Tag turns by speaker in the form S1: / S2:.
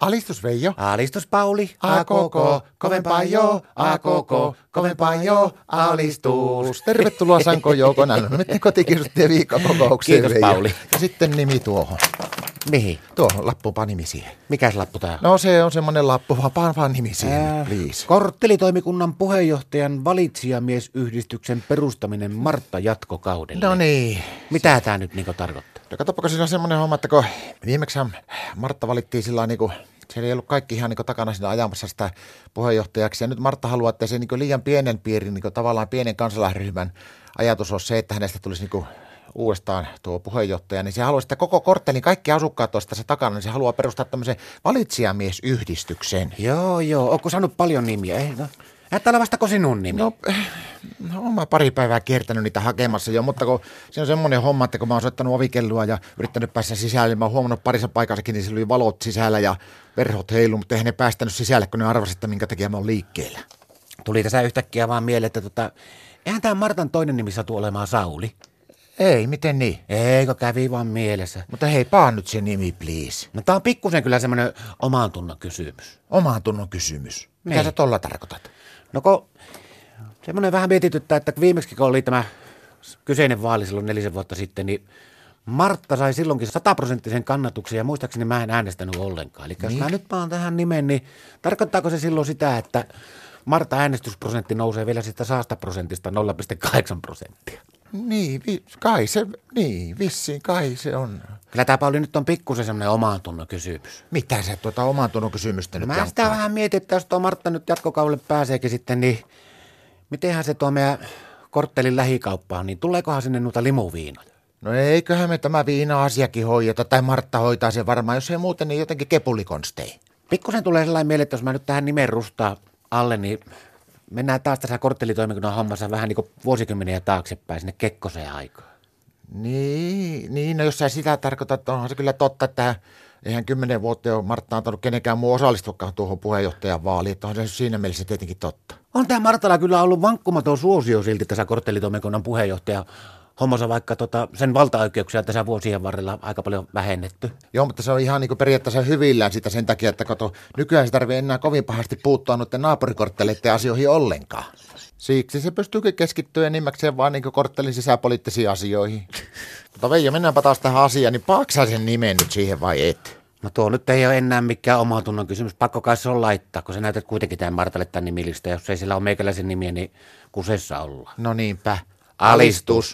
S1: Alistus Veijo.
S2: Alistus Pauli,
S1: A koko, kovempaa jo, a koko, kovempaa jo, alistus. Tervetuloa Sanko Joukon Älynnytten kotikirjoittajien viikkokokoukseen.
S2: Kiitos,
S1: Veijo.
S2: Pauli.
S1: Ja sitten nimi tuohon.
S2: Mihin?
S1: Tuohon lappupa nimi siihen.
S2: Mikäs lappu tää on?
S1: No se on semmonen lappu, vaan vaan, vaan nimi siihen, Ää... please.
S2: Korttelitoimikunnan puheenjohtajan valitsijamiesyhdistyksen perustaminen Martta jatkokaudelle.
S1: No niin.
S2: Mitä tämä nyt niinku tarkoittaa?
S1: No katsopako siinä on semmoinen homma, että kun viimeksi Martta valittiin sillä niinku, se ei ollut kaikki ihan niinku takana siinä ajamassa sitä puheenjohtajaksi. Ja nyt Martta haluaa, että se niinku liian pienen piirin, niinku tavallaan pienen kansalaisryhmän ajatus on se, että hänestä tulisi niinku uudestaan tuo puheenjohtaja, niin se haluaa sitä koko korttelin, kaikki asukkaat olisi tässä takana, niin se haluaa perustaa tämmöisen valitsijamiesyhdistyksen.
S2: Joo, joo. Ootko saanut paljon nimiä? Ei, no. Älä ole vastako sinun nimi?
S1: No, eh, no oon mä pari päivää kiertänyt niitä hakemassa jo, mutta kun se on semmoinen homma, että kun mä oon soittanut ovikellua ja yrittänyt päästä sisälle, niin mä oon huomannut parissa paikassakin, niin siellä oli valot sisällä ja verhot heilu, mutta eihän ne päästänyt sisälle, kun ne arvasi, että minkä takia mä oon liikkeellä.
S2: Tuli tässä yhtäkkiä vaan mieleen, että tota, eihän tämä Martan toinen nimi satu olemaan Sauli.
S1: Ei, miten niin?
S2: Eikö kävi vaan mielessä?
S1: Mutta hei, paa nyt se nimi, please.
S2: No tää on pikkusen kyllä semmoinen oman tunnon kysymys.
S1: Omaan tunnon kysymys. Mitä
S2: Niin.
S1: sä tolla tarkoitat?
S2: No kun semmoinen vähän mietityttää, että kun viimeksi kun oli tämä kyseinen vaali silloin nelisen vuotta sitten, niin Martta sai silloinkin sataprosenttisen kannatuksen ja muistaakseni mä en äänestänyt ollenkaan. Eli jos
S1: Niin.
S2: mä nyt vaan tähän nimen, niin tarkoittaako se silloin sitä, että Martta äänestysprosentti nousee vielä siitä saasta prosentista 0,8 prosenttia?
S1: Niin, vi, kai se, niin, vissiin kai se on.
S2: Kyllä tämä Pauli nyt on pikkusen semmoinen omaan tunnon kysymys.
S1: Mitä sä tuota oman tunnon kysymystä nyt
S2: Mä sitä
S1: jankkaat?
S2: vähän mietin, että jos tuo Martta nyt jatkokaudelle pääseekin sitten, niin mitenhän se tuo meidän korttelin lähikauppaan, niin tuleekohan sinne noita limuviinoja?
S1: No eiköhän me tämä viina-asiakin hoideta, tai Martta hoitaa sen varmaan, jos ei muuten, niin jotenkin kepulikonstein.
S2: Pikkusen tulee sellainen mieleen, että jos mä nyt tähän nimen rustaa alle, niin mennään taas tässä korttelitoimikunnan hommassa vähän niin kuin vuosikymmeniä taaksepäin sinne Kekkoseen aikaan.
S1: Niin, niin, no jos sä sitä tarkoitat, että onhan se kyllä totta, että eihän kymmenen vuotta jo Martta antanut kenenkään muu osallistukaan tuohon puheenjohtajan vaaliin, että onhan se siinä mielessä tietenkin totta.
S2: On tämä Martala kyllä ollut vankkumaton suosio silti tässä korttelitoimikunnan puheenjohtaja hommassa, vaikka tota, sen valtaoikeuksia tässä vuosien varrella aika paljon vähennetty.
S1: Joo, mutta se on ihan niin kuin periaatteessa hyvillään sitä sen takia, että kato, nykyään se tarvii enää kovin pahasti puuttua noiden naapurikortteleiden asioihin ollenkaan. Siksi se pystyykin keskittyä enimmäkseen vaan niin kuin korttelin sisäpoliittisiin asioihin. mutta Veijo, mennäänpä taas tähän asiaan, niin paaksaa sen nimen nyt siihen vai et?
S2: No tuo nyt ei ole enää mikään oma tunnon kysymys. Pakko kai se on laittaa, kun sä näytät kuitenkin tämän Martalle tämän nimilistä. Jos ei sillä ole meikäläisen nimiä, niin kusessa ollaan.
S1: No niinpä.
S2: Alistus.